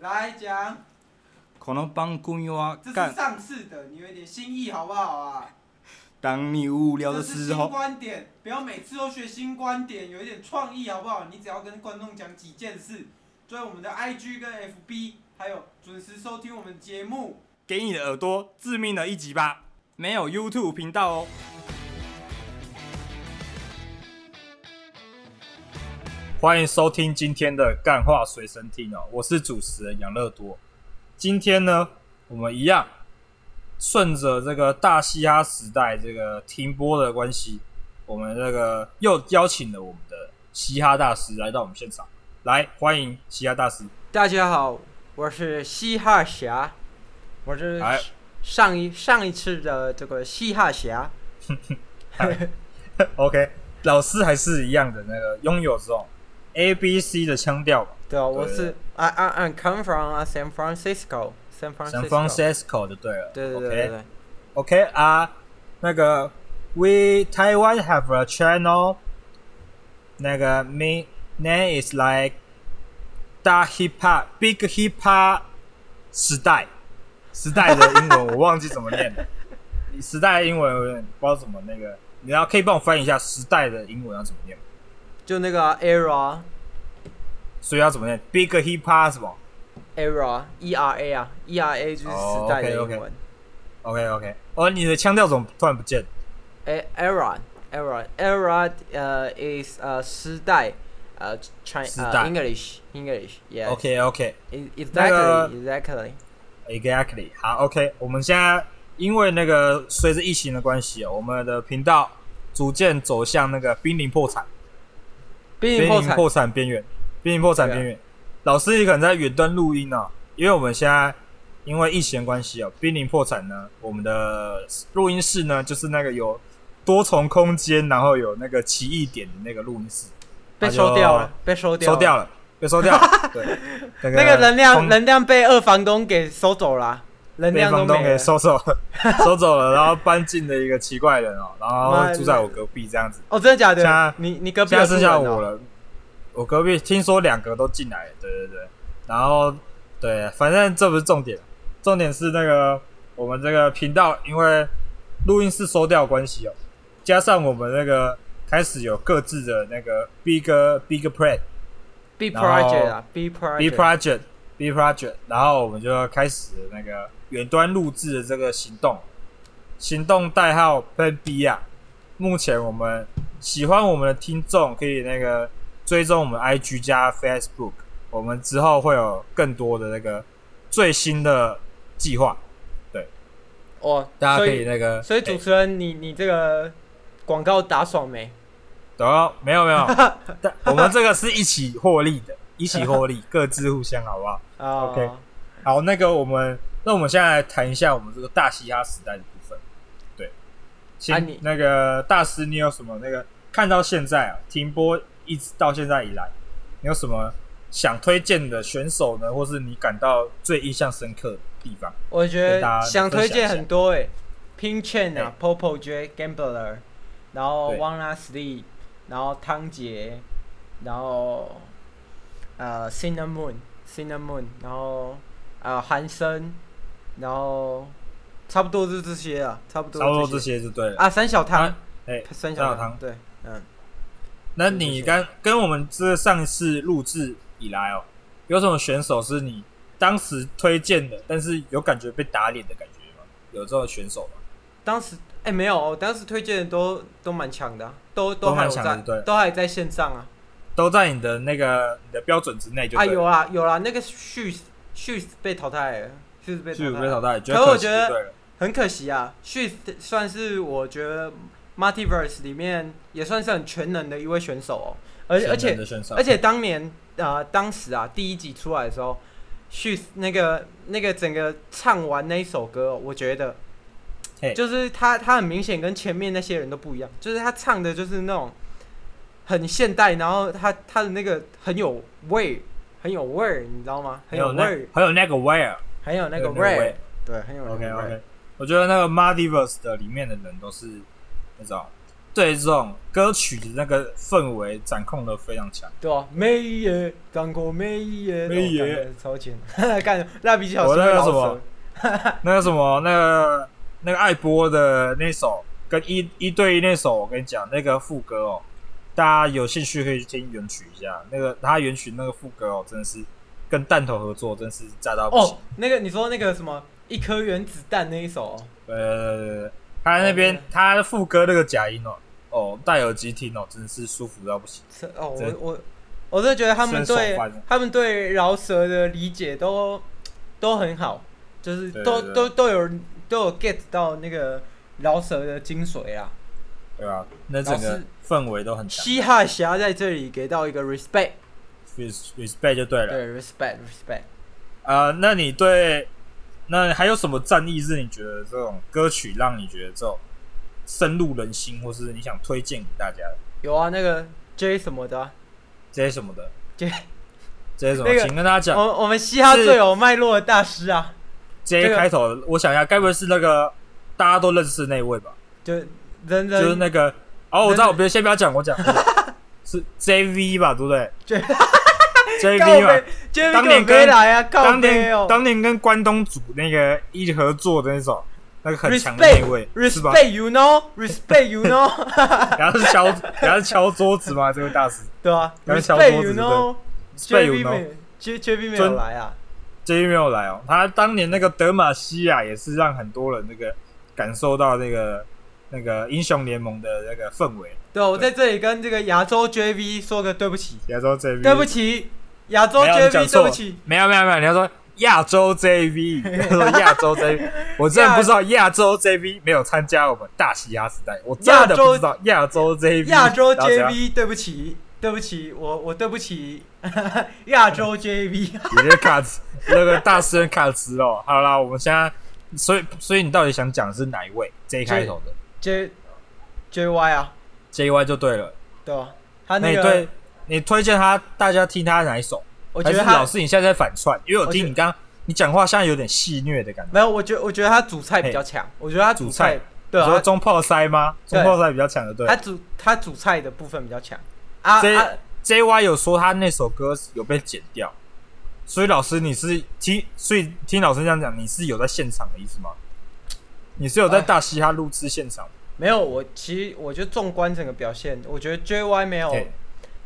来讲，可能帮公友啊这是干。上次的，你有一点新意好不好啊？当你无聊的这是时新候，观点，不要每次都学新观点，有一点创意好不好？你只要跟观众讲几件事，追我们的 IG 跟 FB，还有准时收听我们节目。给你的耳朵致命的一击吧。没有 YouTube 频道哦。欢迎收听今天的干话随身听哦，我是主持人杨乐多。今天呢，我们一样顺着这个大嘻哈时代这个停播的关系，我们这个又邀请了我们的嘻哈大师来到我们现场，来欢迎嘻哈大师。大家好，我是嘻哈侠，我是哎上一上一次的这个嘻哈侠， OK，老师还是一样的那个拥有这种 A B C 的腔调吧对啊，我对是 I I I come from uh, San Francisco，San ，San Francisco， Francisco 就对了。对对对 OK 对对 OK 啊，那个 We Taiwan have a channel，那个 me name is like 大 hip hop big hip hop 时代时代的英 文我忘记怎么念了，时代的英文我有点不知道怎么那个，你要可以帮我翻译一下时代的英文要怎么念吗？就那个啊 era 所以要怎么念？Big hip hop 是吧？ era E R A 啊，E R A 就是哦时代的英 OK，OK 文， OK OK，哦，你的腔调怎么突然不见？哎 era era era 呃 is 呃时代呃 China 时代呃 English English yeah OK OK exactly exactly exactly，好 OK，我们现在因为那个随着疫情的关系哦，我们的频道逐渐走向那个濒临破产、濒临破产啊破产边缘、濒临破产边缘。老师也可能在远端录音哦，因为我们现在因为疫情的关系哦，濒临破产呢，我们的录音室呢就是那个有多重空间，然后有那个奇异点的那个录音室。被收掉了，被收哦掉收了，掉了，被收掉了。 对，那那个能量空能量被二房东给收走了啊，能被量都房东没给了。收走了， 收走了，然后搬进了一个奇怪人哦，然后妈住在我隔壁这样子。哦，真的假现在的？你你隔壁现有在住剩人下哦我。了，我隔壁听说两个都进来了，对对对，然后对，反正这不是重点，重点是那个我们这个频道因为录音室收掉的关系哦，加上我们那个开始有各自的那个 big big plan。 B 然后 project 啊，B project。 B Project B Project，然后我们就开始那个远端录制的这个行动，行动代号 Plan B 啊。目前我们喜欢我们的听众可以那个追踪我们 IG 加 Facebook，我们之后会有更多的那个最新的计划，哦，大家所可以以那个所以主持人，你你这个广告打爽没？然后没有没 有，但我们这个是一起获利的，一起获利，各自互相好不好？啊 OK 好，那个我们，那我们现在来谈一下我们这个大嘻哈时代的部分。对，先、啊你那个大师，你有什么那个看到现在啊，停播一直到现在以来，你有什么想推荐的选手呢，或是你感到最印象深刻的地方？我觉跟大得家想推分荐享一下很多诶、p i n Chain 啊，Popo J Gambler，然后对 One Last Lee，然后汤杰，然后呃 Cinnamon Cinnamon，然后呃韩生，然后差不多就这些啊，差不多差不多这这些就对了。啊，三小汤啊，哎、三三小小汤汤，对，嗯，那你跟跟我们这上一次录制以来哦，有什么选手是你当时推荐的，但是有感觉被打脸的感觉吗？有这种选手吗？当时哎、没有，我当时推荐的都都蛮强的啊、都都还蛮有强的在对都还在线上啊。都在你的那个你的标准之内就啊，对了有啦有啦，那个旭旭被淘汰了，旭被淘巨乳汰被了，淘汰，觉可可我惜觉就得对了，很可惜啊。旭算是我觉得 Multiverse 里面也算是很全能的一位选手哦，而且而全能且的选手而且当年啊、呃当时啊第一集出来的时候，旭那个那个整个唱完那一首歌哦、我觉得嘿就是他他很明显跟前面那些人都不一样，就是他唱的就是那种很现代，然后他他的那个很有味，很有味儿，你知道吗？很还有味那儿，还有那个 where 很有那还个嗯有味儿 where，对，很有那 OK 个味儿。 OK，我觉得那个 Multiverse 的里面的人都是那种对这种歌曲的那个氛围掌控的非常强。对啊，妹耶，当过妹耶，妹耶那种感觉超前， 干蜡笔小我新那会个老什么手，啊那个什么，那个那个爱播的那首跟一一对一那首，我跟你讲，那个副歌哦，大家有兴趣可以去听原曲一下。那个他原曲那个副歌哦，真的是跟弹头合作，真是炸到不行。哦，那个你说那个什么一颗原子弹那一首哦，呃，他那边、哦他副歌那个假音哦，哦，戴耳机听哦，真的是舒服到不行。是哦，真我我我真的觉得他们真对爽翻了他们对饶舌的理解都都很好，就是对都对都都有都有 get 到那个饶舌的精髓啊。对吧？那整老个师氛围都很强嘻哈侠在这里给到一个 respect， ，res-，respect 就对了。对 respect respect。啊，那你对，那还有什么战役是你觉得这种歌曲让你觉得这种深入人心，或是你想推荐给大家的有啊，那个 J 什么的啊、这些什么的？这这些什么？那个哦请跟大家讲， 我我们嘻哈啊是最有脉络的大师啊，这这些个开头，我想一下，该不会是那个大家都认识那一位吧？就人人就是那个，哦，我知真道，的我别先不要讲，我 讲是 JV 吧，对不对 J- 告？JV 白吧， ，J 当年没跟来啊，告当白年哦当年跟关东煮那个一合作的那首，那个很强的那一位，是吧？ ，respect，respect you know，respect you know，然后是敲，然后是敲桌子吗？这位 大师对啊刚才小，respect 桌子对 you know，J B 有没 J J B 没尊有来啊，最近没有来哦。他当年那个德玛西亚也是让很多人那个感受到那个那个英雄联盟的那个氛围。对啊，我在这里跟这个亚洲 J B 说个对不起，亚洲 JV，对不，起，亚洲没有你 J B 讲对错不了起，没有没有没有，你要说亚洲 JV，你要说亚洲 JV，我真的不知道亚洲 JV 没有参加我们大西亚时代，我真的不知道亚洲 JV，亚洲然后怎 J 样 B 对不起，对不起，我我对不起， 亚洲 J B。你这卡词，那个大师兄卡词哦。好啦，我们现在，所以所以你到底想讲的是哪一位 J 开头的 J J Y 啊， J Y 就对了。对吧？他那那你个，对，你推荐他大家听他哪一首？我觉还是得他老师你现在在反串？因为我我觉听得你刚你讲话像有点戏虐的感觉。没有，我觉我觉得他主菜比较强，我觉得他主菜主菜，对你说啊，中炮塞吗？对中炮塞比较强的，对他。主他主菜的部分比较强啊这啊， J Y 有说他那首歌有被剪掉，所以老师你是听，所以听老师这样讲，你是有在现场的意思吗？你是有在哎大嘻哈录制现场？没有，我其实我觉得纵观整个表现，我觉得 J Y 没有嘿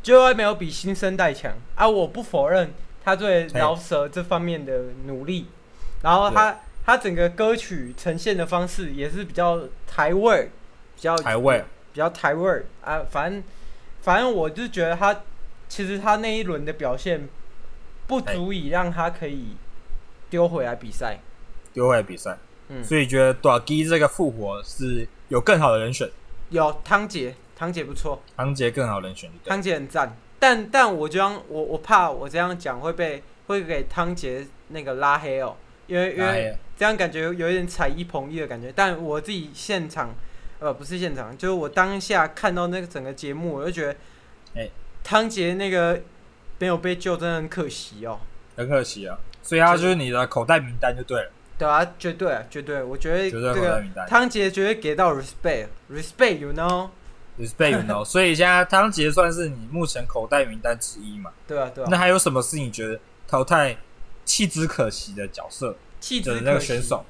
J Y 没有比新生代强啊，我不否认他对饶舌这方面的努力，然后他他整个歌曲呈现的方式也是比较台味儿，比较台位比较台味儿啊，反正反正我就觉得他其实他那一轮的表现不足以让他可以丢回来比赛。丢回来比赛，嗯，所以觉得短 G 这个复活是有更好的人选，有汤姐，汤姐不错，唐杰更好的人选就对了。汤姐很赞。但但我这样，我我怕我这样讲会被会给汤姐那个拉黑哦，因为因哎为呀这样感觉有有一点踩一捧一的感觉。但我自己现场，呃，不是现场，就是我当下看到那个整个节目，我就觉得，哎汤杰那个没有被救，真的很可惜哦。很可惜啊。所以他就是你的口袋名单就对了，对啊，绝对啊，绝对，我觉得绝对这口袋个名单。汤杰绝对给到 respect，respect，you know， respect you know，所以现在汤杰算是你目前口袋名单之一嘛？对啊，对那啊，还有什么是你觉得淘汰弃之可惜的角色弃的之那可个惜，选手？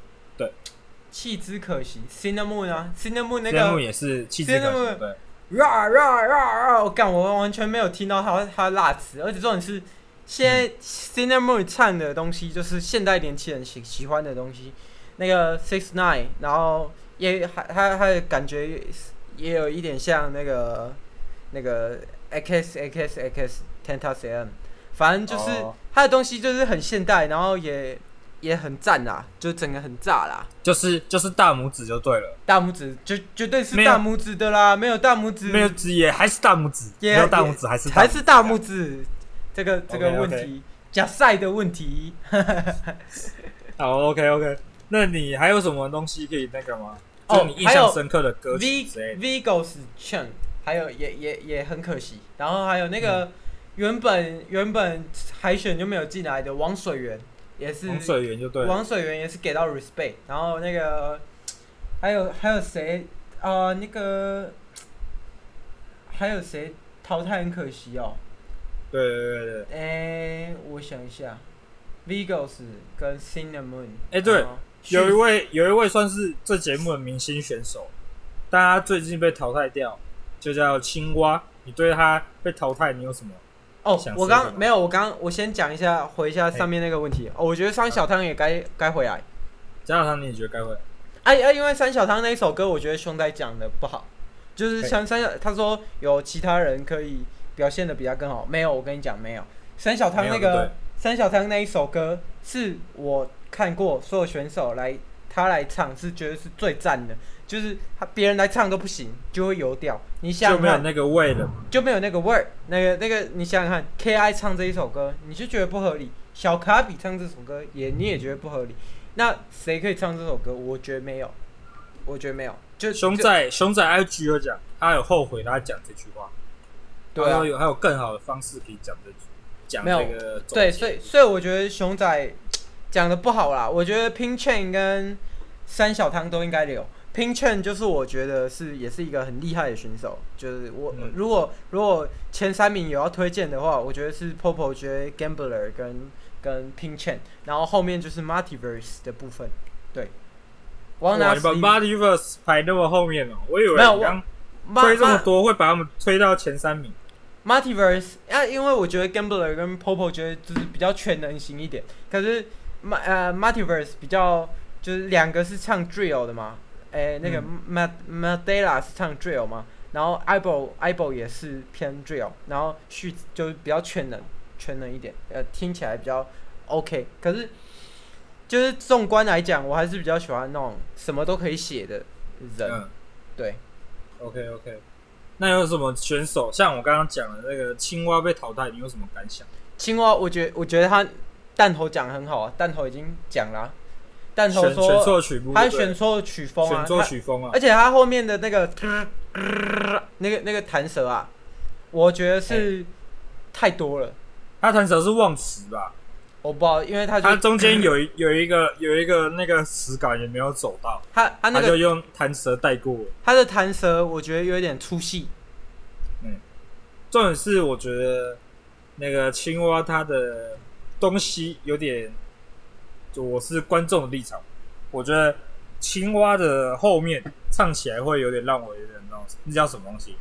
弃之可惜，cinnamon 啊，cinnamon 那节目个也是弃之可惜的， Cinnamon 对， ra ra ra ra，我干，我完全没有听到他他的辣词，而且重点是。现嗯在 cinnamon 唱的东西就是现代年轻人喜喜欢的东西，那个 six nine，然后也还他他的感觉也也有一点像那个那个 x x x tentas m，反正就是哦他的东西就是很现代，然后也也很赞啦，就整个很炸啦。就是就是大拇指就对了，大拇指绝绝对是没有大拇指的啦，没有大拇指没有指也还是大拇指，没嗯也有大拇指还是还是大拇指指这个这个 OK，OK 问题，假赛的问题。啊。好，OK OK，那你还有什么东西可以那个吗？哦就你印象深刻的歌曲 V 之类的， Vigos Chen，还有也也也很可惜，然后还有那嗯个原本原本海选就没有进来的王水源，也是洪水源就对了。嗯王水源也是给到 respect，然后那个还有还有谁啊、呃那个还有谁淘汰很可惜哦？对对对对，哎，我想一下，Vigos 跟 Cinnamon。哎对然后有一位有一位算是这节目的明星选手，但他最近被淘汰掉，就叫青蛙。你对他被淘汰，你有什么？哦想，我说什刚么没有，我刚我先讲一下，回一下上面那个问题。哦，我觉得三小汤也该该回来。加上他，你觉得该会？哎、哎、因为三小汤那一首歌，我觉得熊仔讲的不好，就是嘿像三小他说有其他人可以表现的比他更好，没有，我跟你讲没有。三小汤那没有对个三小汤那一首歌是我看过所有选手来他来唱是觉得是最赞的，就是他别人来唱都不行，就会油掉。你想就想没有看那个味了。就没有那个味儿。那个那个，你想想看，K.I 唱这一首歌，你就觉得不合理；小卡比唱这首歌也你也觉得不合理。那谁可以唱这首歌？我觉得没有，我觉得没有。就熊嗯就仔熊仔 IG 有讲，他有后悔他讲这句话，对他啊说，有还有更好的方式可以讲这句，讲没有这个总对，结所以所以我觉得熊仔讲的不好啦。我觉得 Pin Chain 跟三小汤都应该留。Pin Chain 就是我觉得是也是一个很厉害的选手，就是我、嗯如果如果前三名有要推荐的话，我觉得是 Popo、觉得 Gambler 跟跟 Pin Chain，然后后面就是 Multiverse 的部分。对，哇，王你拿把斯 Bodyverse 排那么后面哦，我以为没有你刚马推这么马多会把他们推到前三名。 Multiverse 啊，因为我觉得 Gambler 跟 Popo 觉得就是比较全能型一点，可是 Ma 呃 Multiverse 比较就是两个是唱 Drill 的嘛，诶、那个 Ma Madela 是唱 Drill 嘛，然后 i b o i b o 也是偏 Drill，然后续就是比较全能全能一点，呃听起来比较 OK，可是就是纵观来讲，我还是比较喜欢那种什么都可以写的人，嗯对， ，OK OK。那有什么选手？像我刚刚讲的那个青蛙被淘汰，你有什么感想？青蛙，我觉我觉得他弹头讲得很好啊，弹头已经讲啦、弹头选选说错曲目，他对选错曲风啊，选错他曲风啊而，且他后面的那个 那个那个弹舌啊，我觉得是太多了，他弹手是忘词吧？我不知道，因为他就他中间有一有一个有一个那个词稿也没有走到，他他啊那他个就用弹舌带过了。他的弹舌，我觉得有点出戏，重点是我觉得那个青蛙它的东西有点，就我是观众的立场，我觉得青蛙的后面唱起来会有点让我有点那种那叫什么东西，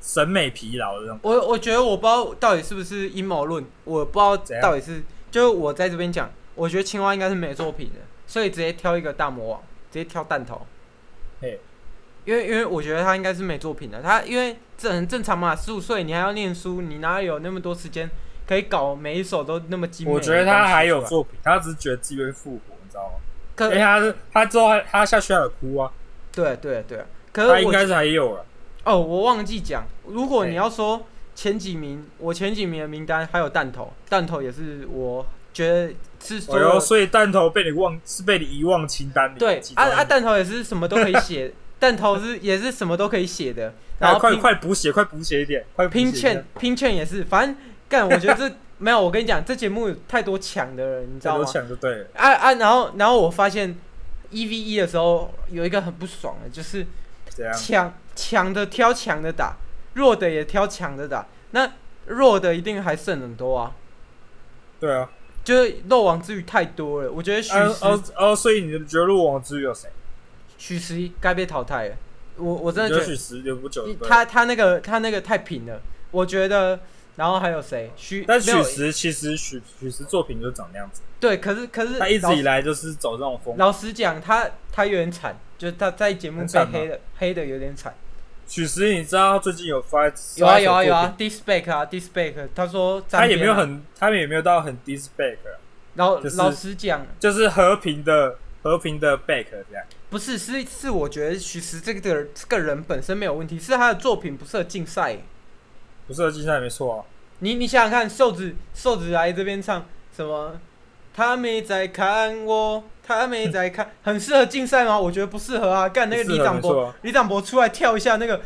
审美疲劳的那种。我我觉得我不知道到底是不是阴谋论，我不知道怎样到底是，就是我在这边讲，我觉得青蛙应该是没作品的，所以直接挑一个大魔王，直接挑弹头。嘿，因为因为我觉得他应该是没作品的，他因为这很正常嘛，十五岁你还要念书，你哪有那么多时间可以搞每一首都那么精美？我觉得他还有，作品，他只是觉得自己会复活，你知道吗？因为可他是他之后还他下去还有哭啊，对对对，可他是应呃我该是还有啊了。哦，我忘记讲，如果你哎要说前几名，我前几名的名单还有弹头，弹头也是我觉得是所哎有呦，所以弹头被你忘是被你遗忘清单里。对其中啊一啊，弹头也是什么都可以 写，弹头是也是什么都可以写的，然哎后快拼快补血，快补血一点，快补血拼一点券拼券也是，反正干，我觉 得这没有，我跟你讲，这节目有太多抢的人，你知这道都吗？抢就对了。啊啊，然后然后我发现一 v E 一的时候有一个很不爽的，就是怎样？强强的挑强的打，弱的也挑强的打，那弱的一定还剩很多啊，对啊，就是漏网之鱼太多了，我觉得许哦石哦哦，所以你觉得入网之鱼有谁？许石该被淘汰了，我我真你的觉觉得得许石留不久一对不对？他他那个他那个太平了，我觉得。然后还有谁？许但没有许石其实许许石作品就长那样子，对，可是可是他一老直以来就是走这种风。老实讲，他他有点惨，就是他在节目很被惨吗黑的黑的有点惨。许石你知道他最近有发有啊发一首有啊有作啊品，Dispec 啊 Dispec，他说沾他也边没有啊，很他们也没有到很 disback，然后就是老实讲，就是和平的和平的 back 这样。不是是是，我觉得徐石这个这个人本身没有问题，是他的作品不适合竞赛。不是竞赛没错啊，你你想想看，瘦子瘦子来这边唱什么？他没在看我，他没在看，很适合竞赛吗？我觉得不适合啊！干那个不适李合长没博错啊，李长博出来跳一下那个，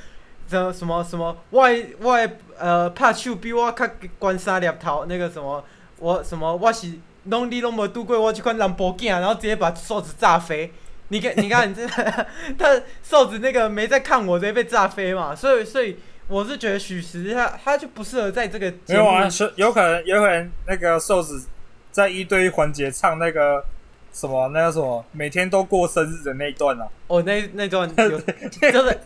什么什么什么外外呃怕手比我较关三粒头那个什么我什么我是拢你拢无拄过我这款兰博囝，然后直接把瘦子炸飞。 你看，你看，这他瘦子那个没在看我，直接被炸飞嘛。所以，所以我是觉得许石他他就不适合在这个没节有目啊，是有可能有可能那个瘦子在一对一环节唱那个什么那个什么每天都过生日的那一段啊， 哦，那那段有就是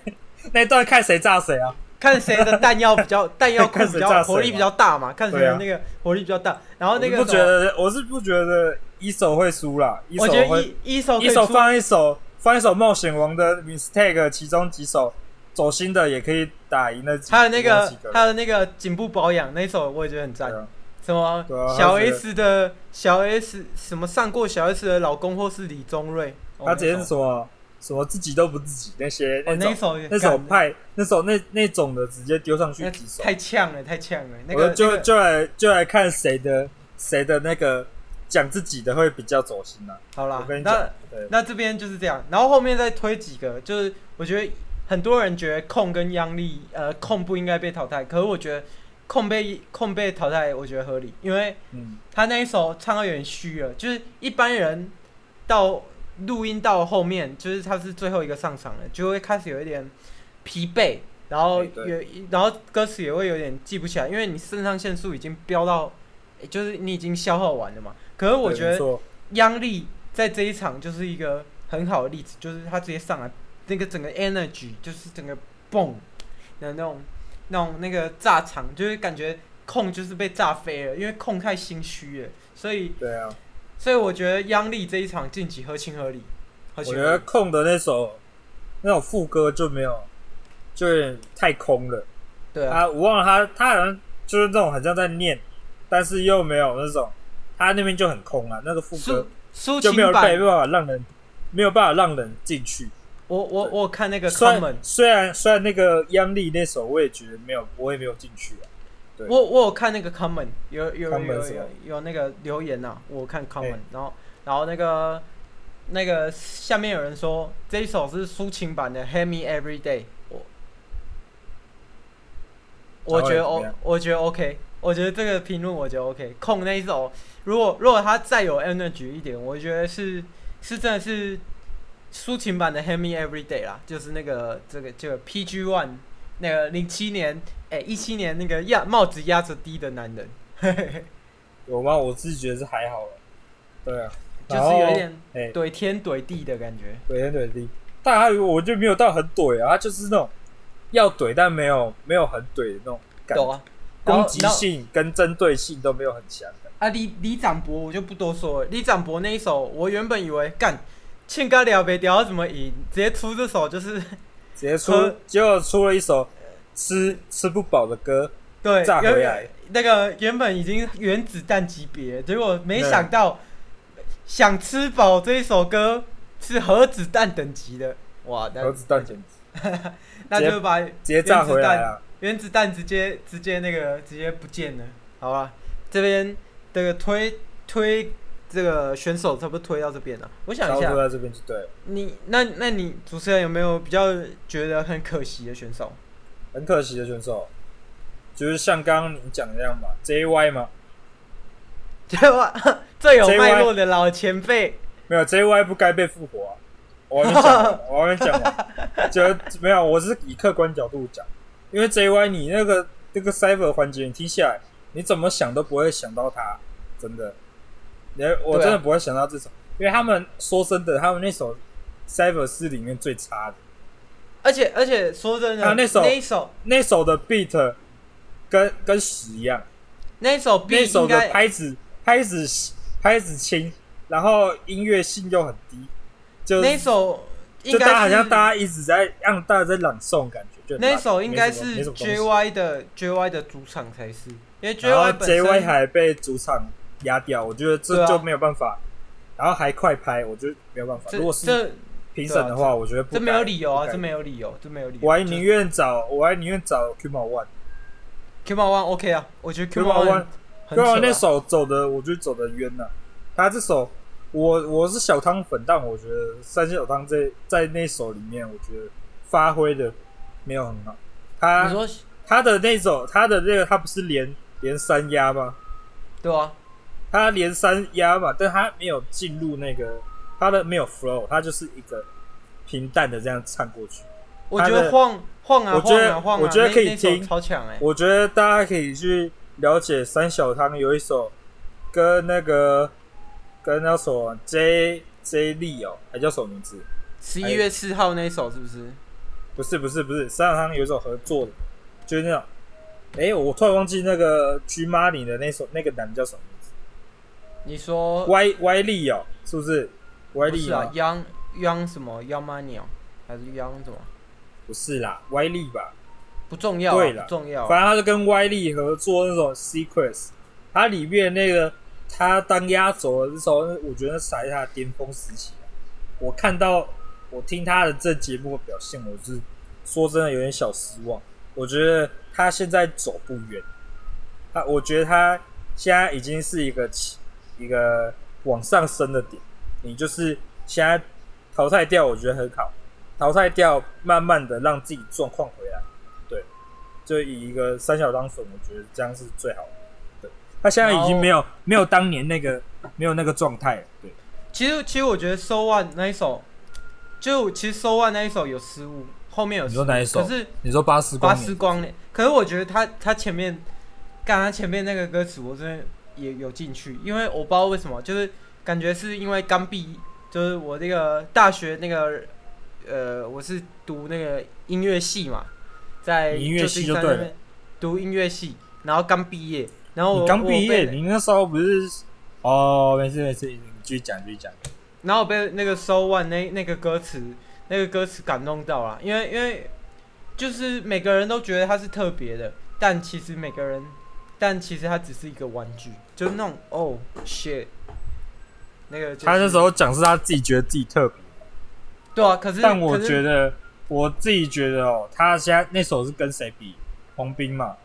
那一段看谁炸谁啊。看谁的弹药比较弹药库看比谁炸较谁火力嘛比较大嘛，看谁对的啊那个火力比较大。然后哦那个我不什觉么，得，我是不觉得一手会输啦，一手我觉得会一一手可一以手出放一首放一首冒险王的 mistake，其中几首走心的也可以打赢那几还有那有个几个还有那个颈部保养那一首，我也觉得很赞对。啊什么对啊小他觉得 S 的小 S 什么上过小 S 的老公或是李宗瑞，哦他直接是什么什么自己都不自己那些那那种首哦那那首种也干派那种那那种的直接丢上去那几首，太呛了，太呛了。那我个就、那个就来就来看谁的谁的那个讲自己的会比较走心啊。好啦我跟，你讲那，对，那这边就是这样，然后后面再推几个，就是我觉得很多人觉得控跟央力，呃，控不应该被淘汰，可是我觉得控被控被淘汰，我觉得合理，因为嗯，他那一首唱到有点虚了，就是一般人到录音到后面，就是他是最后一个上场的，就会开始有一点疲惫，然后哎对有然后歌词也会有点记不起来，因为你肾上腺素已经飙到，就是你已经消耗完了嘛。可是我对觉没得错央丽在这一场就是一个很好的例子，就是他直接上来，那个整个 energy 就是整个蹦的那种那种那个炸场，就是感觉控就是被炸飞了，因为控太心虚了，所以对啊，所以我觉得央丽这一场晋级合情合理，合我情觉合得理。空的那首那种副歌就没有，就有点太空了。对啊，啊，我忘了他，他好像就是那种很像在念，但是又没有那种，他那边就很空啊，那个副抒歌抒就没有被情版没，办法让人没有办法让人进去。我我我有看那个虽 comment，然虽然虽然那个央丽那首我也觉得没有，我也没有进去啊。对我我有看那个 comment，有有有 comment 有是吧有有那个留言呐、啊我有看 comment，、哎然后然后那个那个下面有人说这一首是抒情版的《Hate Me Every Day》，我台湾人怎么我觉得 O，样我觉得 OK，我觉得这个评论我觉得 OK。控那一首，如果如果他再有 energy 一点，我觉得是是真的是抒情版的《Hate Me Every Day》啦，就是那个这个这个 PG One 那个零七年哎一七年那个压帽子压着低的男人， 有吗？我自己觉得是还好了。对啊，就是有一点然后哎，怼天怼地的感觉。怼天怼地，但他我就没有到很怼啊，他就是那种要怼但没有没有很怼的那种感懂觉，啊，然后攻击然后性跟针对性都没有很强的。啊，李李长博我就不多说了。李长博那一首，我原本以为干，欠该聊别聊怎么赢，直接出这首就是直接出喝，结果出了一首吃吃不饱的歌，对，炸原回来那个原本已经原子弹级别，结果没想到想吃饱这一首歌是核子弹等级的，哇，那核子弹简直那直接就把直接炸回来啊！原子弹直接直接那个直接不见了，好吧？这边这个推推这个选手差不多推到这边了，我想然一后下出，在这边就对了，你那那你主持人有没有比较觉得很可惜的选手？很可惜的选手，就是像刚刚你讲的那样嘛，JY 嘛，这哇 最有 JY 脉络的老前辈，没有 JY 不该被复活、啊，我还没讲 完，我还没讲完，就没有，我是以客观角度讲，因为 JY 你那个那个 Cyber 环节你听下来，你怎么想都不会想到他，真的，你我对啊真的不会想到这首，因为他们说真的，他们那首 Cyber 是里面最差的。而且而且说真的，啊那首那一首那首的 beat 跟跟屎一样，那一首 B 那首应的该拍子拍子拍子轻，然后音乐性又很低，就那一首应就大家该好是像大家一直在让大家在朗诵，感觉就很那烂一首应该没是什么没什么东 JY 的 JY 的主场才是，因为西然后 JY 本 JY 身还被主场压掉，我觉得对这啊就没有办法，然后还快拍，我觉得没有办法。这如果是这评审的对话，我觉得不这没有理由啊，这真没有理由，这没有理由。我还就宁愿找我还宁愿找 Q 毛 One，Q Q 毛 One OK 啊，我觉得 Q 毛毛 One One 很对扯、啊啊，。那首走的，我觉得走的冤了、他这首，我我是小汤粉，但我觉得三小汤这在那首里面，我觉得发挥的没有很好。你他说他的那首，他的那个，他不是连连三压吗？对啊，他连三压嘛，但他没有进入那个他的没有 flow，他就是一个平淡的这样唱过去。我觉得晃晃啊我觉晃得啊晃啊，我觉得那可以那首听超强哎、我觉得大家可以去了解三小汤有一首跟那个跟那首啊 J J 力哦，还叫什么名字？十一月四号那首是不是？不是不是不是，三小汤有一首合作的，就是那种，哎、我突然忘记那个 G Money 的那首那个男的叫什么名字你说？Y Y 力哦，是不是？Y 哦不力是吗啊，Young Young 什么 Young Money 哦，还是 Young 什么？不是啦，Y 力吧，不重要、对啊，啦不重要啊、反正他就跟 Y 力合作那种 Secrets，他里面那个他当压轴的时候，我觉得才是他的巅峰时期啊、我看到我听他的这节目的表现，我是说真的有点小失望。我觉得他现在走不远，他我觉得他现在已经是一个起一个往上升的点，你就是现在淘汰掉，我觉得很好，淘汰掉，慢慢的让自己状况回来，对，就以一个三小当粉，我觉得这样是最好的。对，他现在已经没有没有当年那个没有那个状态了，对，其实其实我觉得 So One 那一首，就其实 So One 那一首有失误，后面有你失说误，哪一首可是你说八十八十光年，可是我觉得他他前面，刚刚前面那个歌词我真的也有进去，因为我不知道为什么，就是感觉是因为刚毕，就是我那个大学那个，呃，我是读那个音乐系嘛，在你音乐系旧金山就对那边读音乐系，然后刚毕业，然后我你刚毕我被业，你那时候不是？哦，没事没事，你继续讲继续讲。然后被那个 So One 那那个歌词那个歌词感动到了，啊因为因为就是每个人都觉得他是特别的，但其实每个人，但其实他只是一个玩具，就是那种哦 shit，那个、就是、他那时候讲是他自己觉得自己特别，对啊，可是但我可是觉得我自己觉得哦，他现在那首是跟谁比？洪斌嘛，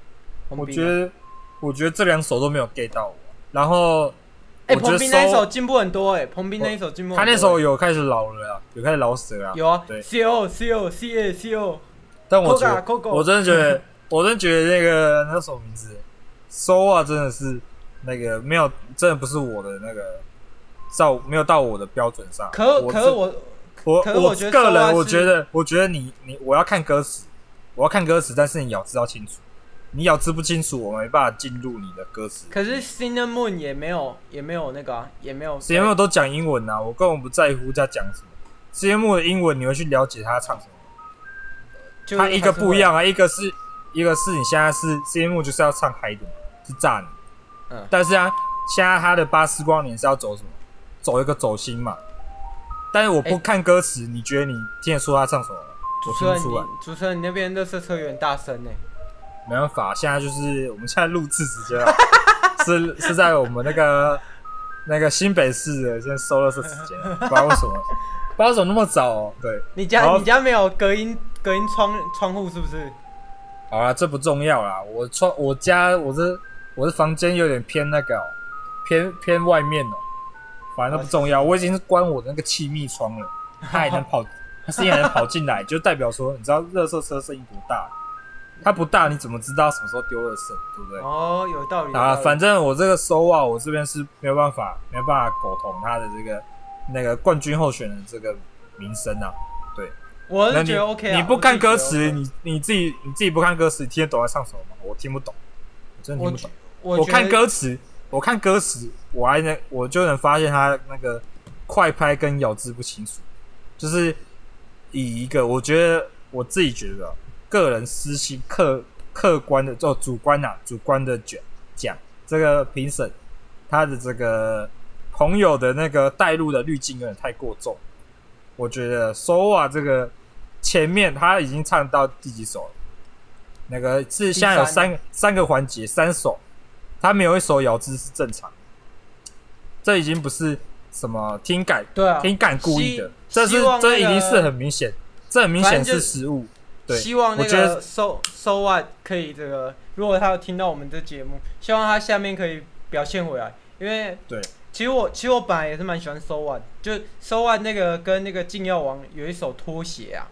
彭我斌觉啊得我觉得这两首都没有 get 到我。然后哎，我觉得彭斌那一 So- 首进步很多哎、彭斌那一首进步他很多那欸首有开始老了啊，有开始老死了啊。有啊对，C O C O C A C O，但我觉 Coca 得 Coco 我真的觉 得，我真的觉得那个那首名字，So 啊，真的是那个没有，真的不是我的那个照，没有到我的标准上。可我可自是我我可是我我觉得个 Soa 人，我是觉得，我觉得你你我要看歌词，我要看歌词，但是你咬字要清楚，你咬字不清楚，我没办法进入你的歌词。可是 Cinnamon 也没有也没有那个、啊、也没有节目都讲英文啊，我根本不在乎在讲什么。节目的英文你会去了解他唱什么。就它一个还是会不一，样啊，一个是一个是你现在是 C M 就是要唱嗨的嘛，是炸你，嗯但是啊，现在他的巴斯光年是要走什么？走一个走心嘛。但是我不哎看歌词，你觉得你听得出他唱什么吗？主我持听人不出来，你，主持人你那边热色车有点大声呢、没办法，现在就是我们现在录制时 间啊，是是在我们那个那个新北市的，现在收了这时间，啊 不知道为什么，不知道怎么那么早、哦，对。你好家你家没有隔音隔音窗窗户是不是？好啦，这不重要啦。我窗我家我这我这房间有点偏那个哦、偏偏外面哦、反正都不重要。我已经是关我的那个气密窗了，它还能跑，它声音还能跑进 来，就代表说，你知道热圾车声音多大？它不大，你怎么知道什么时候丢热圾，对不对？哦，有道理啊，有道理反正我这个收啊，我这边是没有办法，没有办法苟同他的这个那个冠军候选人这个名声啊。我那是你觉得 OK 啊。你不看歌词，我你你自己你自己不看歌词，你听得懂在唱什么吗？我听不懂，我真的听我不懂。我我我觉得看歌词，我看歌词，我还能我就能发现他那个快拍跟咬字不清楚，就是以一个我觉得我自己觉得啊个人私心客客观的哦主观呐、主观的讲讲这个评审他的这个朋友的那个带入的滤镜有点太过重，我觉得 Soa 这个前面他已经唱到第几首了？那个是现在有第三三三个环节，三首，他没有一首咬字是正常的，这已经不是什么听感对啊，听感故意的希，这是希望那这个已经是很明显，这很明显反是正就失误。对希望那我觉得个 So So What 可以这个，如果他有听到我们这节目，希望他下面可以表现回来，因为对，其实我其实我本来也是蛮喜欢 So What，就 So What 那个跟那个禁药王有一首拖鞋啊，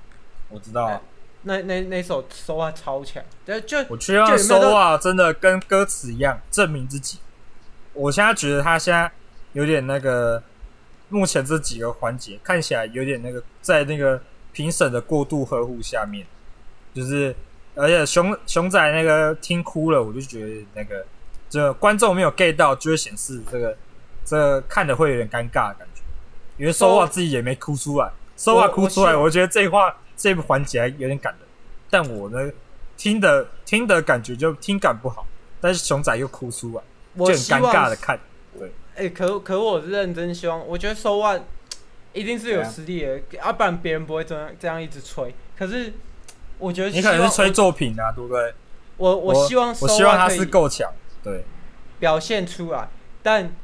我知道啊，那那那首 So What 超强，就就我希望就有没有到 Soa 真的跟歌词一样证明自己。我现在觉得他现在有点那个，目前这几个环节看起来有点那个，在那个评审的过度呵护下面，就是而且熊熊仔那个听哭了，我就觉得那个这个观众没有 get 到，就会显示这个这个看的会有点尴尬的感觉，因为说哦话自己也没哭出来，说话哭出来，我我觉得这话这环节还有点感人，但我呢听的听的感觉就听感不好，但是熊仔又哭出来，就我很希尴望尬的看。哎、可可我是认真希望，我觉得收万一定是有实力的，要、不然别人不会这样这样一直吹。可是我觉得你可能是希望吹作品啊，对不对？我我我希望我收希望万他可是以够强，对， 表现出来，但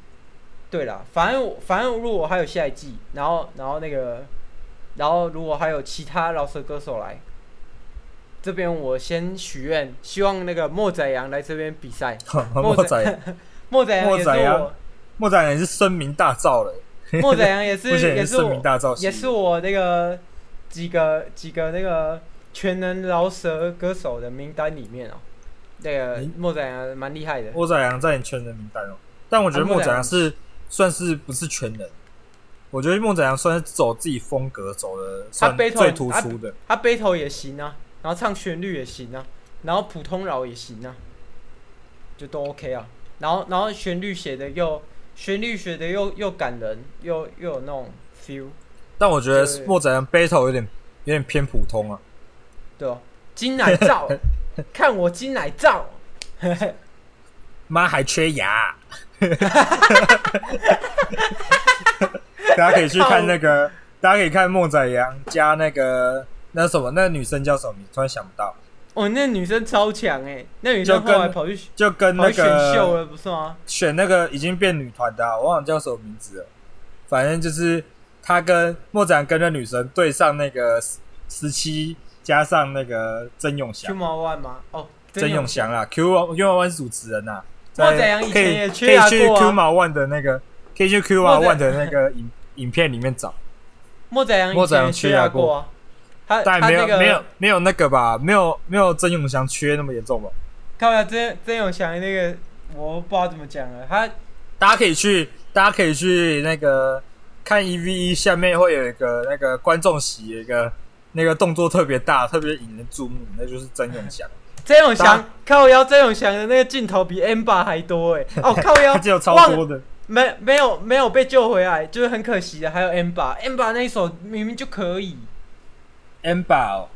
对啦，反正我反正如果还有下一季，然后然后那个，然后如果还有其他饶舌歌手来。这边我先许愿，希望那个莫仔阳来这边比赛。莫莫仔莫仔阳莫也宰是阳我， 莫仔也是声名大噪了，莫仔阳也 是目前也也是声我名大噪系列，也是我那个几个几个那个全能饶舌歌手的名单里面哦、那个嗯莫仔阳蛮厉害的，莫仔阳在你全人名单哦。但我觉得啊莫仔莫宰阳阳是算是不是全能，我觉得莫仔阳算是走自己风格走的，算背头最突出的。他 battle 也行啊，然后唱旋律也行啊，然后普通饶也行啊，就都 OK 啊。然后然后旋律写的又旋律写的又又感人，又又有那种 feel，但我觉得对莫仔阳 battle 有点有点偏普通啊，对哦、金 奶罩，看我金奶罩，妈还缺牙。 大家可以去看那个，大家可以看莫仔阳加那个那什么，那个女生叫什么名？突然想不到， 哦，那女生超强哎、那女就生后跟来跑去就跟跑那去选秀啊个了不是吗？选那个已经变女团的啊、我忘了叫什么名字了。反正就是他跟莫展跟那女生对上那个十十七，加上那个曾永 Q 祥，毛万吗？哦，曾永祥啦，Q One Q One 是主持人呐、莫在宰阳以可前以也可缺以牙去过啊 Q 毛 One 的那个，可以去 Q 毛莫宰 One 的那个影影片里面找，莫宰阳以莫宰前阳也缺缺牙牙过过啊，他但他没有、那个没有没有那个吧，没有没有曾永祥缺那么严重吧。看下曾曾永祥那个，我不知道怎么讲了。他大家可以去，大家可以去那个看 E V 一下面会有一个那个观众席，有一个那个动作特别大，特别引人注目，那就是曾永祥，曾永打祥靠腰，曾永祥的那个镜头比 Amber 还多哎、 哦靠腰他只有超忘多的。没没有没有被救回来，就是很可惜的。还有 Amber，Amber 那一手明明就可以 Amber 哦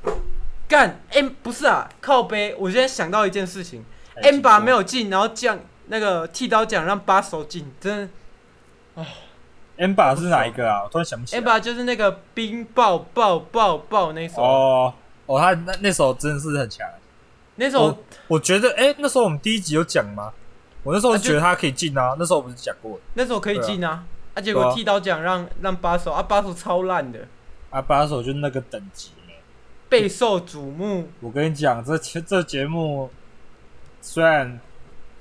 干 M 不是啊靠背。我现在想到一件事情哎请说，Amber 没有进，然后降那个剃刀奖让八手进，真的 Amber 是哪一个啊？我突然想不起来。 Amber 就是那个冰爆爆爆爆那首，哦哦，他那那首真的是很强。那首我我觉得，哎、那时候我们第一集有讲吗？我那时候啊就觉得他可以进啊，那时候我们讲过的那首可以进啊，啊结对果啊剃刀奖让让八手啊八手超烂的，啊，把手就那个等级没。备受瞩目。我跟你讲，这其这节目虽然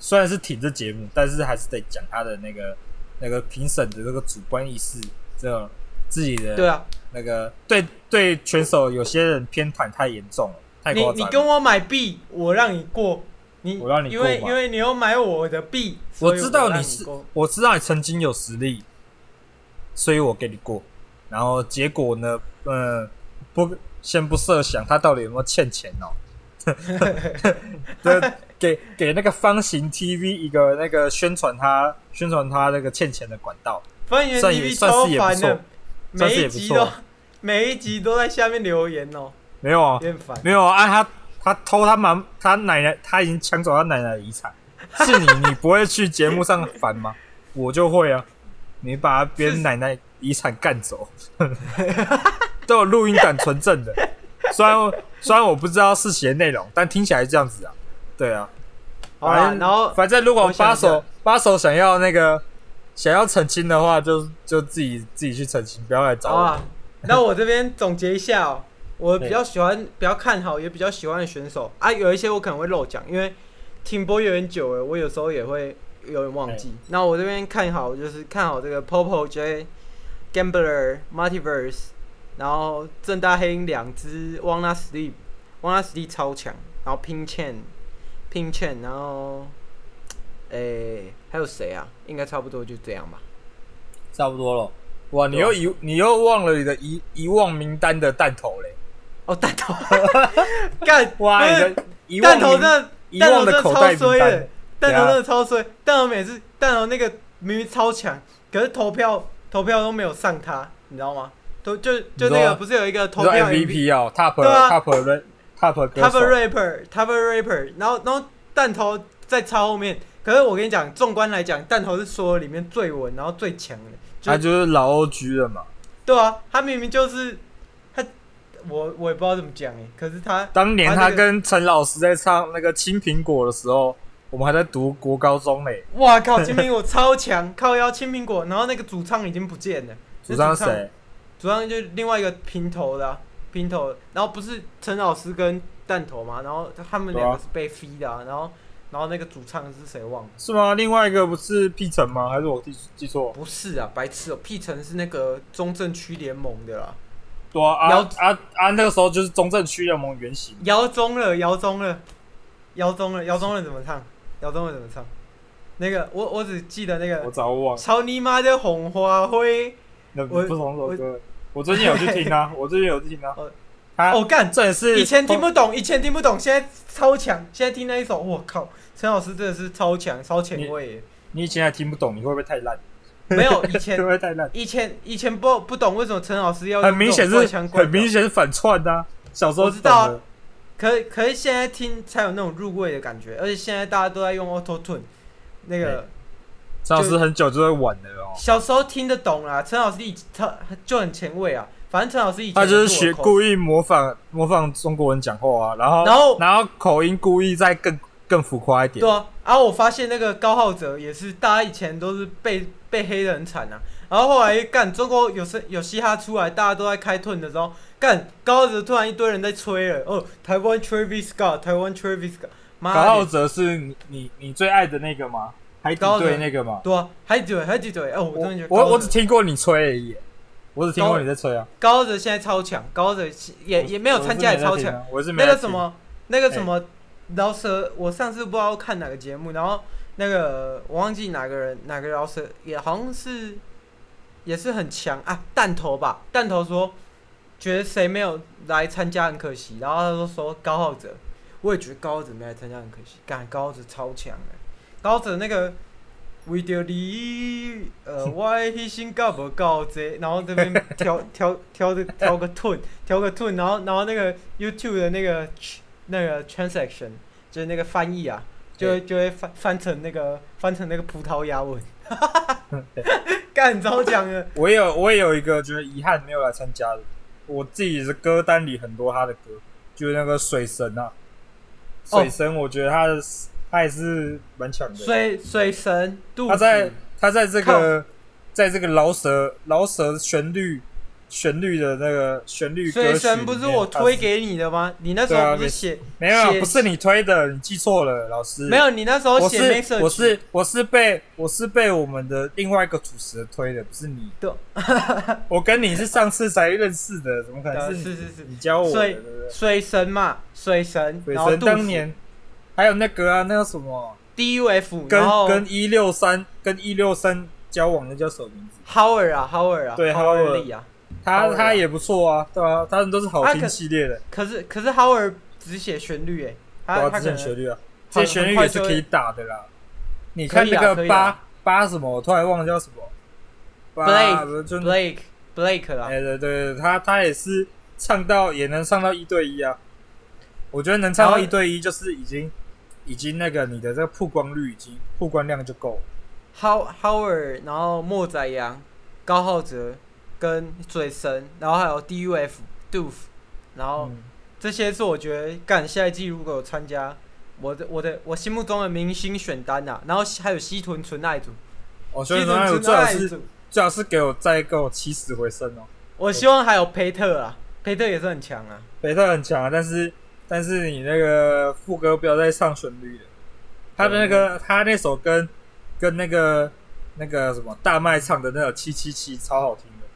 虽然是挺这节目，但是还是得讲他的那个那个评审的这个主观意识，这种自己对的啊，那个对对选手，有些人偏袒太严重了，太你夸你张跟了。我买币，我让你过，你我让你因过为嘛因为你要买我的币，我所以知道让你你是过，我知道你曾经有实力，所以我给你过。然后结果呢，嗯，不，先不设想他到底有没有欠钱哦。 这给给那个方形 TV 一个那个宣传他宣传他那个欠钱的管道，翻译算 TV 也算超是也不烦错的，算每是也一不集错都 每一集都在下面留言哦，没有啊有，点烦。没有啊，啊他他偷他妈他奶奶，他已经抢走他奶奶的遗产，是你你不会去节目上反吗？ 我就会啊，你把别人是奶奶遗产干走， 都有录音档存证的。虽然我虽然我不知道是写内容，但听起来是这样子啊，对啊。好啦，然后反正如果我想八一下手八手想要那个想要澄清的话，就就自己自己去澄清，不要来找好我。啊，那我这边总结一下哦，我比较喜欢、比较看好，也比较喜欢的选手啊，有一些我可能会漏讲，因为停播有点久了，我有时候也会有点忘记。哎那我这边看好就是看好这个 Popo J、Gambler、Multiverse，然后正大黑鹰两只 Wanna Sleep、Wanna Sleep 超强，然后 Pin Chain、Pin Chain，然后诶、还有谁啊？应该差不多就这样吧。差不多了。哇，你对啊又遗，你又忘了你的遗遗忘名单的弹头嘞！哦，弹头， 干 哇，不是你的遗忘哎弹头真名的，遗弹忘头真的的口超袋衰名的单，，弹对啊头真的超衰，弹头每次弹头那个明明超强，可是投票投票都没有上他，你知道吗？都就就那你个说不是有一个投你说票 MVP 哦，Top 对啊 Top 人 Top 歌 cover 手， rapper cover rapper，然后然后弹头在超后面，可是我跟你讲，纵观来讲，弹头是所有里面最稳，然后最强的，就他就是老 OG 了嘛。对啊，他明明就是他，我我也不知道怎么讲哎，可是他当年他那他个跟陈老师在唱那个《青苹果》的时候，我们还在读国高中嘞。哇靠，青苹果超强，靠腰青苹果，然后那个主唱已经不见了， 主唱那主唱谁？主唱就是另外一个平头的、啊，平头，然后不是陈老师跟弹头嘛，然后他们两对个啊是被飞的、啊，然后然后那个主唱是谁忘了？是吗？另外一个不是 P 城吗？还是我记记错？不是啊，白痴哦、p 城是那个中正区联盟的啦，对啊，啊姚啊啊！那个时候就是中正区联盟原型，姚中了，姚中了，姚中了，姚中了怎么唱？姚中了怎么唱？那个我我只记得那我个早忘了，操你妈的红花会，那不我是同首歌。我最近有去听 啊，我最近有去听啊哦。他哦干，这也是以前听不懂，以前听不懂，现在超强，现在听那一首，我靠，陈老师真的是超强，超前卫耶，你以前还听不懂，你会不会太烂？没有以会前不会太烂？以前以前不不懂为什么陈老师要用很明显这种是怪腔怪很调明显是反串的啊。小时候我知道啊懂的可可是现在听才有那种入味的感觉，而且现在大家都在用 Auto Tune，那个陈老师很久就会玩的哦。小时候听得懂啦。陈老师以他就很前卫啊，反正陈老师以前他就是也学我口故意模仿模仿中国人讲话啊，然后然后然后口音故意再更更浮夸一点对。啊，然后我发现那个高浩哲也是，大家以前都是被被黑的很惨啊，然后后来干中国有是有嘻哈出来，大家都在开盾的时候，干高浩哲突然一堆人在吹了，哦，台湾 Travis Scott，台湾 Travis Scott，妈高浩的，哲是你你你最爱的那个吗？海底高浩哲队那个吗？对啊，海底队，海底队，哦，我真的觉我得我高浩我哲只听过你吹而已，我只听过你在吹啊，高哲现在超强，高哲也也没有参加，也超强。，我是没在听啊我是没在那个听什么，那个什么饶舌，我上次不知道看哪个节目，然后那个我忘记哪个人哪个饶舌，也好像是也是很强啊，弹头吧，弹头说觉得谁没有来参加很可惜，然后他说说高浩哲，我也觉得高浩哲没来参加很可惜，干高浩哲超强的、高浩哲那个。为着你，呃，我的牺牲够无够多，然后这边 挑挑挑个挑个 tune，挑个 tune，然后然后那个 YouTube 的那个 ch- 那个 transaction 就是那个翻译啊，就会就会翻翻成那个翻成那个葡萄牙文， 干超强的，我也有我也有一个觉得遗憾没有来参加的，我自己的歌单里很多他的歌，就是那个水神啊，哦水神，我觉得他的、他也是蛮强的。水水神肚他在子，他在这个在这个饶舌饶舌旋律旋律的那个旋律歌曲水里神不是面我他推给你的吗？你那时对候啊不是写没有写不是你推的，你记错了，老师没。有？你那时候我写是 message，我是我是被我是被我们的另外一个主持人推的，不是你。对， 我跟你是上次才认识的，怎么可呃能是是是你是你教我的？所以对不对？水神嘛，水神，水然后神肚子当年还有那个啊，那叫什么？ DUF，跟然后跟一六三跟一六三交往的叫什么名字？ Howard 啊，Howard 啊，对 Howard ，Howard 利啊。他 Howard 他也不错啊，对啊，他们都是好啊可听系列的，可是可是 Howard 只写旋律诶，对他啊，他之可前旋能律啊，他这很些旋律快也是就可以会打的啦。你可看以那啊可个以八啊八什么，我突然忘了叫什么，八 Blake 就 Blake Blake 啦哎，对对，对他他也是唱到也能唱到一对一啊，我觉得能唱到然后一对一就是已经已经那个你的这个曝光率已经曝光量就够了。 ，How Howard，然后莫宰阳、高浩哲跟嘴神，然后还有 DUF Doof，然后嗯这些是我觉得干下一季如果有参加。我的我的我心目中的明星选单啊，然后还有西屯纯爱组，哦，所以西说我最屯纯好爱是组，最好是给我再给我起死回生哦。我希望还有培特啊，培特也是很强啊，北特很强啊，但是但是你那个副歌不要再上旋律了。他的那个他那首跟跟那个那个什么大麦唱的那个七七七超好听的，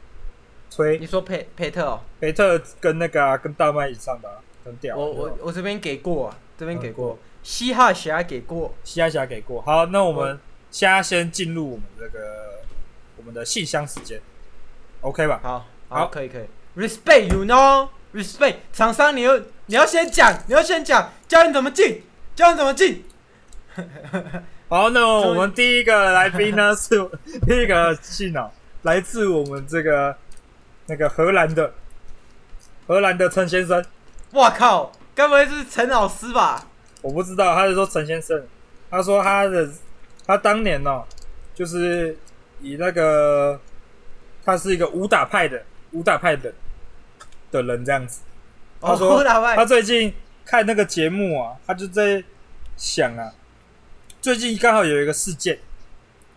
吹你说培培特哦，北特跟那个、啊、跟大麦一起唱的、啊，很屌。我我我这边给过啊，这边给嗯过过，嘻哈侠给过，西亚侠给过。好，那我们现在先进入我们这个我们的信箱时间，OK 吧？好，好好，可以可以，respect you know， respect 厂商，你要你要先讲，你要先讲，教你怎么进，教你怎么进。好，那么终于我们第一个来宾呢 是第一个信哦，来自我们这个那个荷兰的荷兰的陈先生，哇靠，该不会是陈老师吧？我不知道，他是说陈先生，他说他的他当年哦，就是以那个他是一个武打派的武打派的的人这样子，他说哦、打他败最近看那个节目啊，他就在想啊，最近刚好有一个事件，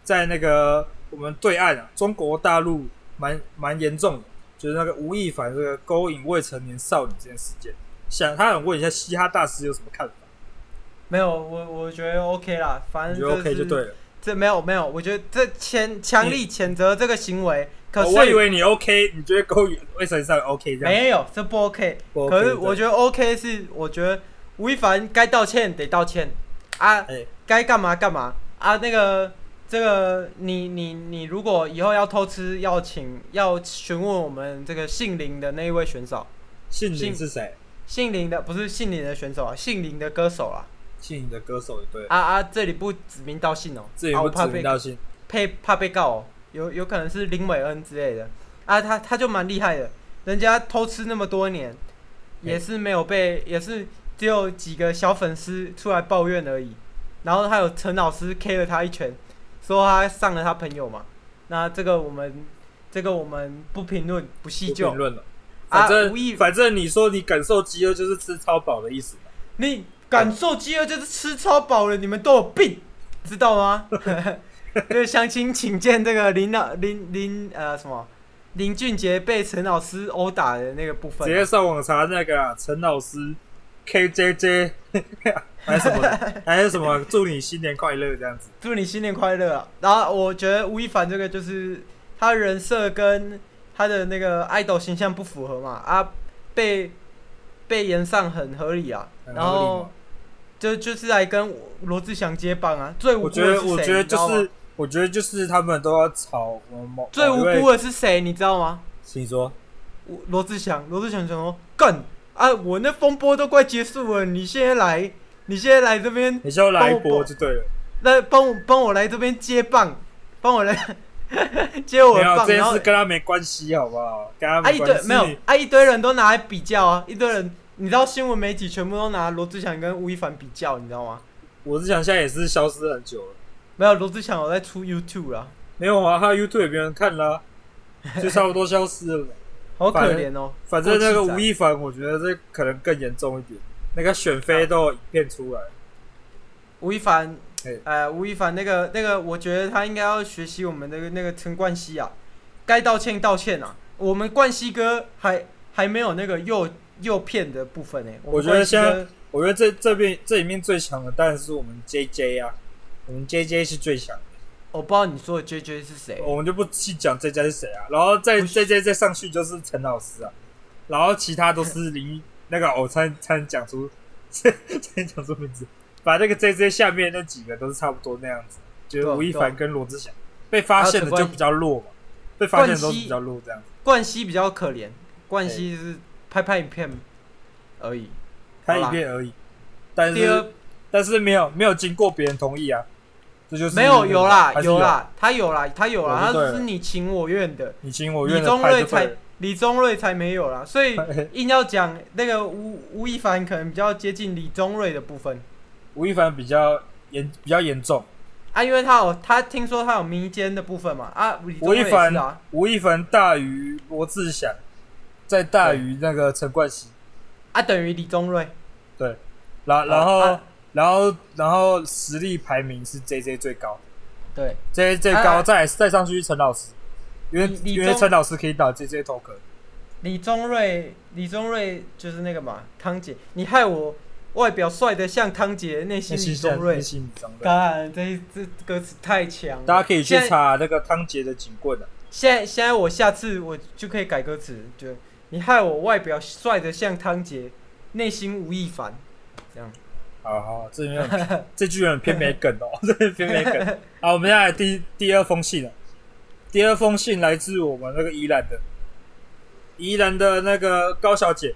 在那个我们对岸啊，中国大陆蛮蛮严重的，就是那个吴亦凡这个勾引未成年少女这件事件。想他想问一下嘻哈大师有什么看法？没有，我我觉得 OK 啦，反你正觉这得 OK 就是对了。这没有没有，我觉得这谴强力谴责这个行为，可哦是、我以为你 OK，你觉得勾引未成年少女 OK 这样？没有，这不 OK。不 OK，可是我对觉得 OK 是，我觉得吴亦凡该道歉得道歉啊，哎，该干嘛干嘛啊。那个这个，你你你如果以后要偷吃，要请要询问我们这个姓林的那一位选手，姓林姓是谁？姓林的不是姓林的选手啊，姓林的歌手啦。姓林的歌手就对了，啊啊，这里不指名道姓哦、这也啊不我指怕名被道姓。被怕被告、哦，有有可能是林伟恩之类的啊，他他就蛮厉害的，人家偷吃那么多年，也是没有被，也是只有几个小粉丝出来抱怨而已。然后还有陈老师 K 了他一拳，说他上了他朋友嘛。那这个我们这个我们不评论不细不究评。论了。啊反正、无意反正你说你感受饥饿就是吃超饱的意思嘛，你感受饥饿就是吃超饱了，你们都有病，知 道吗？这个相亲请见这个林老林林呃什么林俊杰被陈老师殴打的那个部分啊直，接上网查那个啊陈、老师 KJJ 还是什么 的还是什么，祝你新年快乐这样子。祝你新年快乐啊！然后我觉得吴亦凡这个就是他人设跟他的那个爱豆形象不符合嘛啊，被被延上很合理啊，很合理然后嘛就就是来跟罗志祥接棒啊，最无辜我的觉得是我谁觉得你知道就吗是我觉得就是他们都要吵我们某最无辜的，的是谁，你知道吗？请说我罗志祥，罗志祥想说干啊！我那风波都快结束了，你现在来，你现在来这边，你就来一帮波我就对了。来帮我帮我来这边接棒，帮我来 接我没的有棒。这件然后事跟他没关系，好不好？跟他啊没一关堆系。没有啊一堆人都拿来比较啊，一堆人你知道新闻媒体全部都拿罗志祥跟吴亦凡比较，你知道吗？我是想现在也是消失很久了。没有罗志祥有在出 YouTube 啊，没有啊，他 YouTube 也没人看啦、就差不多消失了。好可反怜哦。反正那个过气仔吴亦凡，我觉得这可能更严重一点。那个选妃都有影片出来，吴亦凡嘿，呃，吴亦凡那个那个，我觉得他应该要学习我们那个那个陈冠希啊，该道歉道歉啊。我们冠希哥还还没有那个诱诱骗的部分呢、欸我我们觉得冠希现在哥我觉得这这边这里面最强的当然是我们 JJ 啊，我们 JJ 是最强的，我不知道你说的 J J 是谁，我们就不细讲 JJ 是谁啊。然后再 JJ 再上去就是陈老师啊，然后其他都是林那个偶才才能讲出 才能讲出名字，把那个 JJ 下面那几个都是差不多那样子，就是对啊吴亦对啊凡跟罗志祥被发现的就比较弱嘛，被发现的都是比较弱这样子。冠希比较可怜，冠希是拍拍影片而已。拍一遍而已，但第二是但是没有没有经过别人同意啊，这就是没有有啦还是有，啦，他有啦他有有啦，就对他了是你情我愿的。你情我李愿的宗拍瑞就对才了。李宗瑞才没有啦，所以硬要讲那个吴吴亦凡可能比较接近李宗瑞的部分吴亦凡比较严比较严重，啊，因为他有他听说他有民间的部分嘛啊，李宗吴瑞亦也是凡啊吴亦凡大于罗志祥，再大于那个陈冠希，啊等于李宗瑞，然然后、啊然后然后实力排名是 J J 最高对，J J 最高，啊再再上去是陈老师，因为李李因为宗陈老师可以打 J J 头壳，李宗瑞李宗瑞就是那个嘛汤姐，你害我外表帅得像汤姐，内那心心李想宗瑞那，心李宗瑞，干这这歌词太强了，大家可以去现在查那个汤杰的警棍啊。现在现在我下次我就可以改歌词，就你害我外表帅得像汤杰，内心吴亦凡，这样。好好，这句很 这句很偏没梗哦， 这句偏没梗。好，我们现在来第第二封信了。第二封信来自我们那个宜兰的，宜兰的那个高小姐，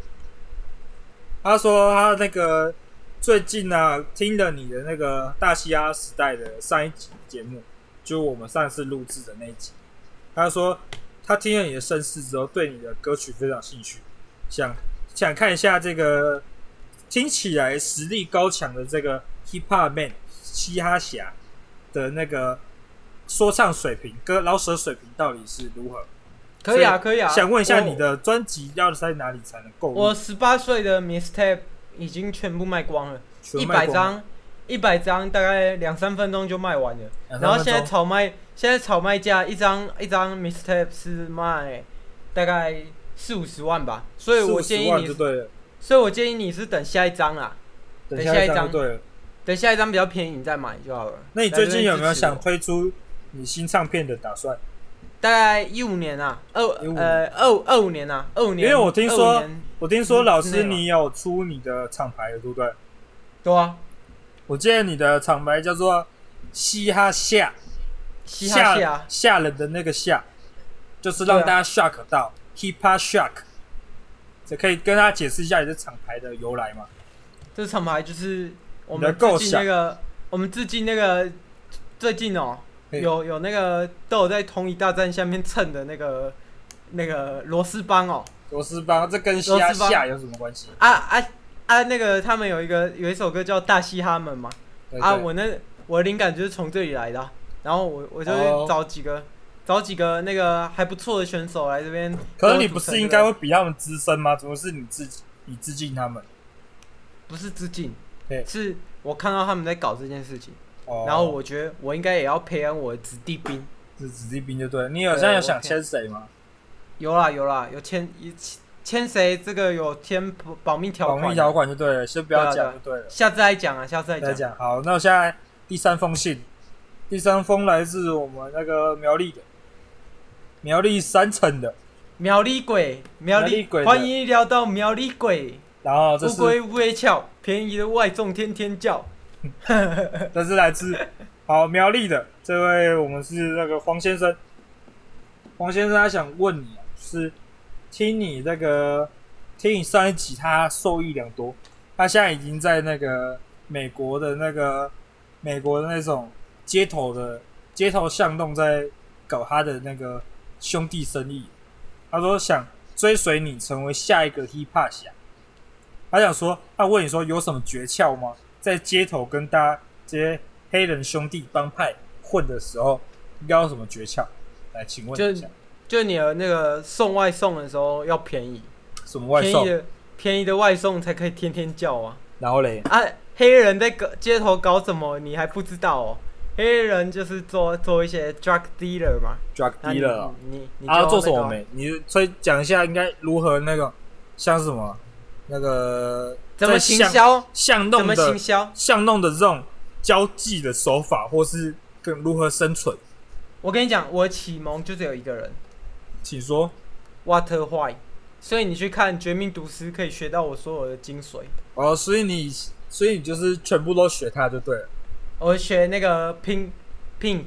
她说她那个最近啊听了你的那个大西亚时代的上一集节目，就我们上次录制的那一集，她说她听了你的身世之后，对你的歌曲非常兴趣，想想看一下这个听起来实力高强的这个 hip hop man 嘻哈侠的那个说唱水平、歌老舍水平到底是如何？可以啊，所可以啊。想问一下我你，的专辑要在哪里才能购入？我十八岁的 mistape 已经全部卖光了，一全卖百光张，一百张大概两三分钟就卖完了。两三分钟，然后现在炒卖，现在炒卖价一张一张 mistape 是卖大概四五十万吧，所以我40建议万你，就是对了，所以我建议你是等下一张啦，等等下下一一张张就对了。等下一张比较便宜你再买就好了。那你最近有没有想来这边支持我推出你新唱片的打算？大概一五年啊，二15呃二五二五年啊，二五年。因为我听说25年，我听说老之师内吧你有出你的厂牌了，对不对？对啊，我记得你的厂牌叫做嘻哈夏嘻哈系吓啊，吓人的那个吓，就是让对啊大家 shock 到 hip hop shock。这可以跟大家解释一下你的厂牌的由来吗？这厂牌就是我你的们构最想近那个，我们最近那个最近哦、嘿有有那个都有在同一大战下面蹭的那个那个螺丝帮哦，螺丝帮，这跟嘻哈螺丝帮夏有什么关系？啊啊啊，那个他们有一个有一首歌叫《大嘻哈们》嘛，对啊，对我那我的灵感就是从这里来的啊、然后我我就哦会找几个、找几个那个还不错的选手来这边。可是你不是应该会比他们资深吗？怎么是你自己你致敬他们？不是致敬对，是我看到他们在搞这件事情，哦然后我觉得我应该也要培养我的子弟兵。是子弟兵就对了。你有现在有想签谁吗？有啦有啦，有签一签谁这个有签保保密条保款啊，密条款就对了，先不要讲就对了。下次再讲啊，下啊次再再讲。讲好，那我现在第三封信，第三封来自我们那个苗栗的，苗栗三城的，苗栗鬼，苗苗栗栗鬼的欢迎聊到苗栗鬼，然后这乌是龟乌龟翘，便宜的外送天天叫。 这是来自好苗栗的这位，我们是那个黄先生，黄先生他想问你啊，就是听你那个听你上一集，他受益良多，他现在已经在那个美国的那个美国的那种街头的街头巷弄在搞他的那个兄弟生意，他说想追随你成为下一个 hiphop 侠，他想说，他问你说有什么诀窍吗？在街头跟大家这些黑人兄弟帮派混的时候，应该有什么诀窍？来，请问一下，就你的那个送外送的时候要便宜，什么外便宜送？的便宜的外送才可以天天叫啊然后嘞，啊！黑人在搞街头搞什么，你还不知道哦？黑人就是做做一些 drug dealer 嘛 drug 那你 dealer，哦你你他、就做什那个么啊？没？你所以讲一下应该如何那个，像是什么那个怎么在行巷销？巷怎弄么行的销？巷弄的这种交际的手法，或是更如何生存？我跟你讲，我启蒙就只有一个人请说。 ，Water White，所以你去看《绝命毒师》可以学到我所有的精髓。哦，所以你所以你就是全部都学他就对了，我学那个 Pink Pink，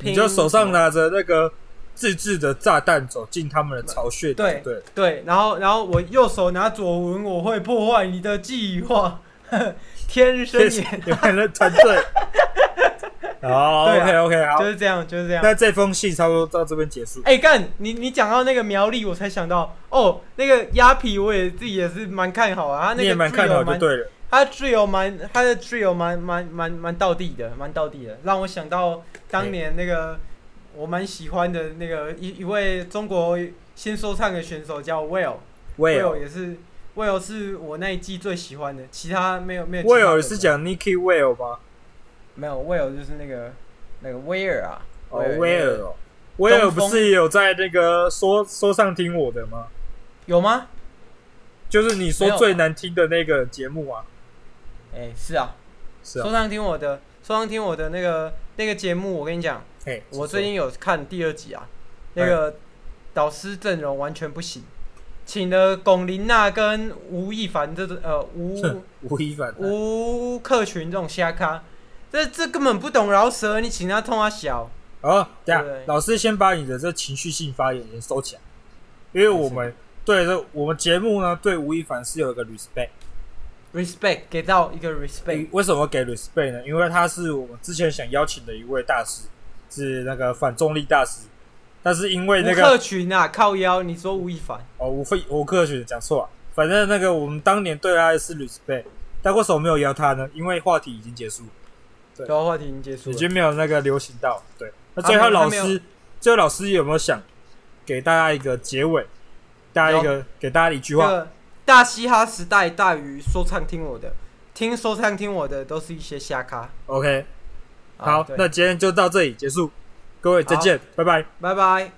你就手上的拿着那个自制的炸弹走进他们的巢穴，对对了。对，然后然后我右手拿左文，我会破坏你的计划， 天生谢谢 眼你们的团 队。好对，OK 啊 OK，好就，是这样，就是这样。那这封信差不多到这边结束。哎、干你你讲到那个苗栗，我才想到哦，那个鸭皮我也自己也是蛮看好啊，他你那也个蛮看 trio 好蛮就对了，他的 drill 蛮，他的 drill 蛮蛮蛮蛮到地的，蛮到地的，让我想到当年那个我蛮喜欢的那个一一位中国新说唱的选手叫 Will，Will 威尔，也是 Will 是我那一季最喜欢的，其他没有没有其他威的了。尔是讲 Nicky Will 吗？没有 Will 就是那个那个威尔啊，哦，威威尔哦，威尔不是也有在那个说说上听我的吗？有吗？就是你没说有啊最难听的那个节目啊，哎、是啊，是啊说，唱听我的，说唱听我的那个那个节目，我跟你讲，嘿，我请说哎最近有看第二集啊，那个导师阵容完全不行，请了龚琳娜跟吴亦凡这种呃吴哼吴亦凡，啊吴克群这种瞎咖，这这根本不懂饶舌，你请他痛他小，好，等一下对老师先把你的这情绪性发言先收起来，因为我们对这我们节目呢，对吴亦凡是有一个 respect。 respect 给到一个 respect，为什么给 respect 呢？因为他是我们之前想邀请的一位大师，是那个反重力大师，但是因为那吴个克群啊，靠腰，你说吴亦凡，哦，吴非吴克群讲错了，反正那个我们当年对他的是 respect，但为什么没有邀他呢？因为话题已经结束，对然后话题已经结束已了，经没有那个流行到。对，那他最后没有老他没师，最后老师有没有想给大家一个结尾？大家一个给大家一句这话，个大嘻哈时代大于说唱听我的，听说唱听我的都是一些瞎咖。 OK，啊好对，那今天就到这里结束，各位再好见，拜拜。拜拜。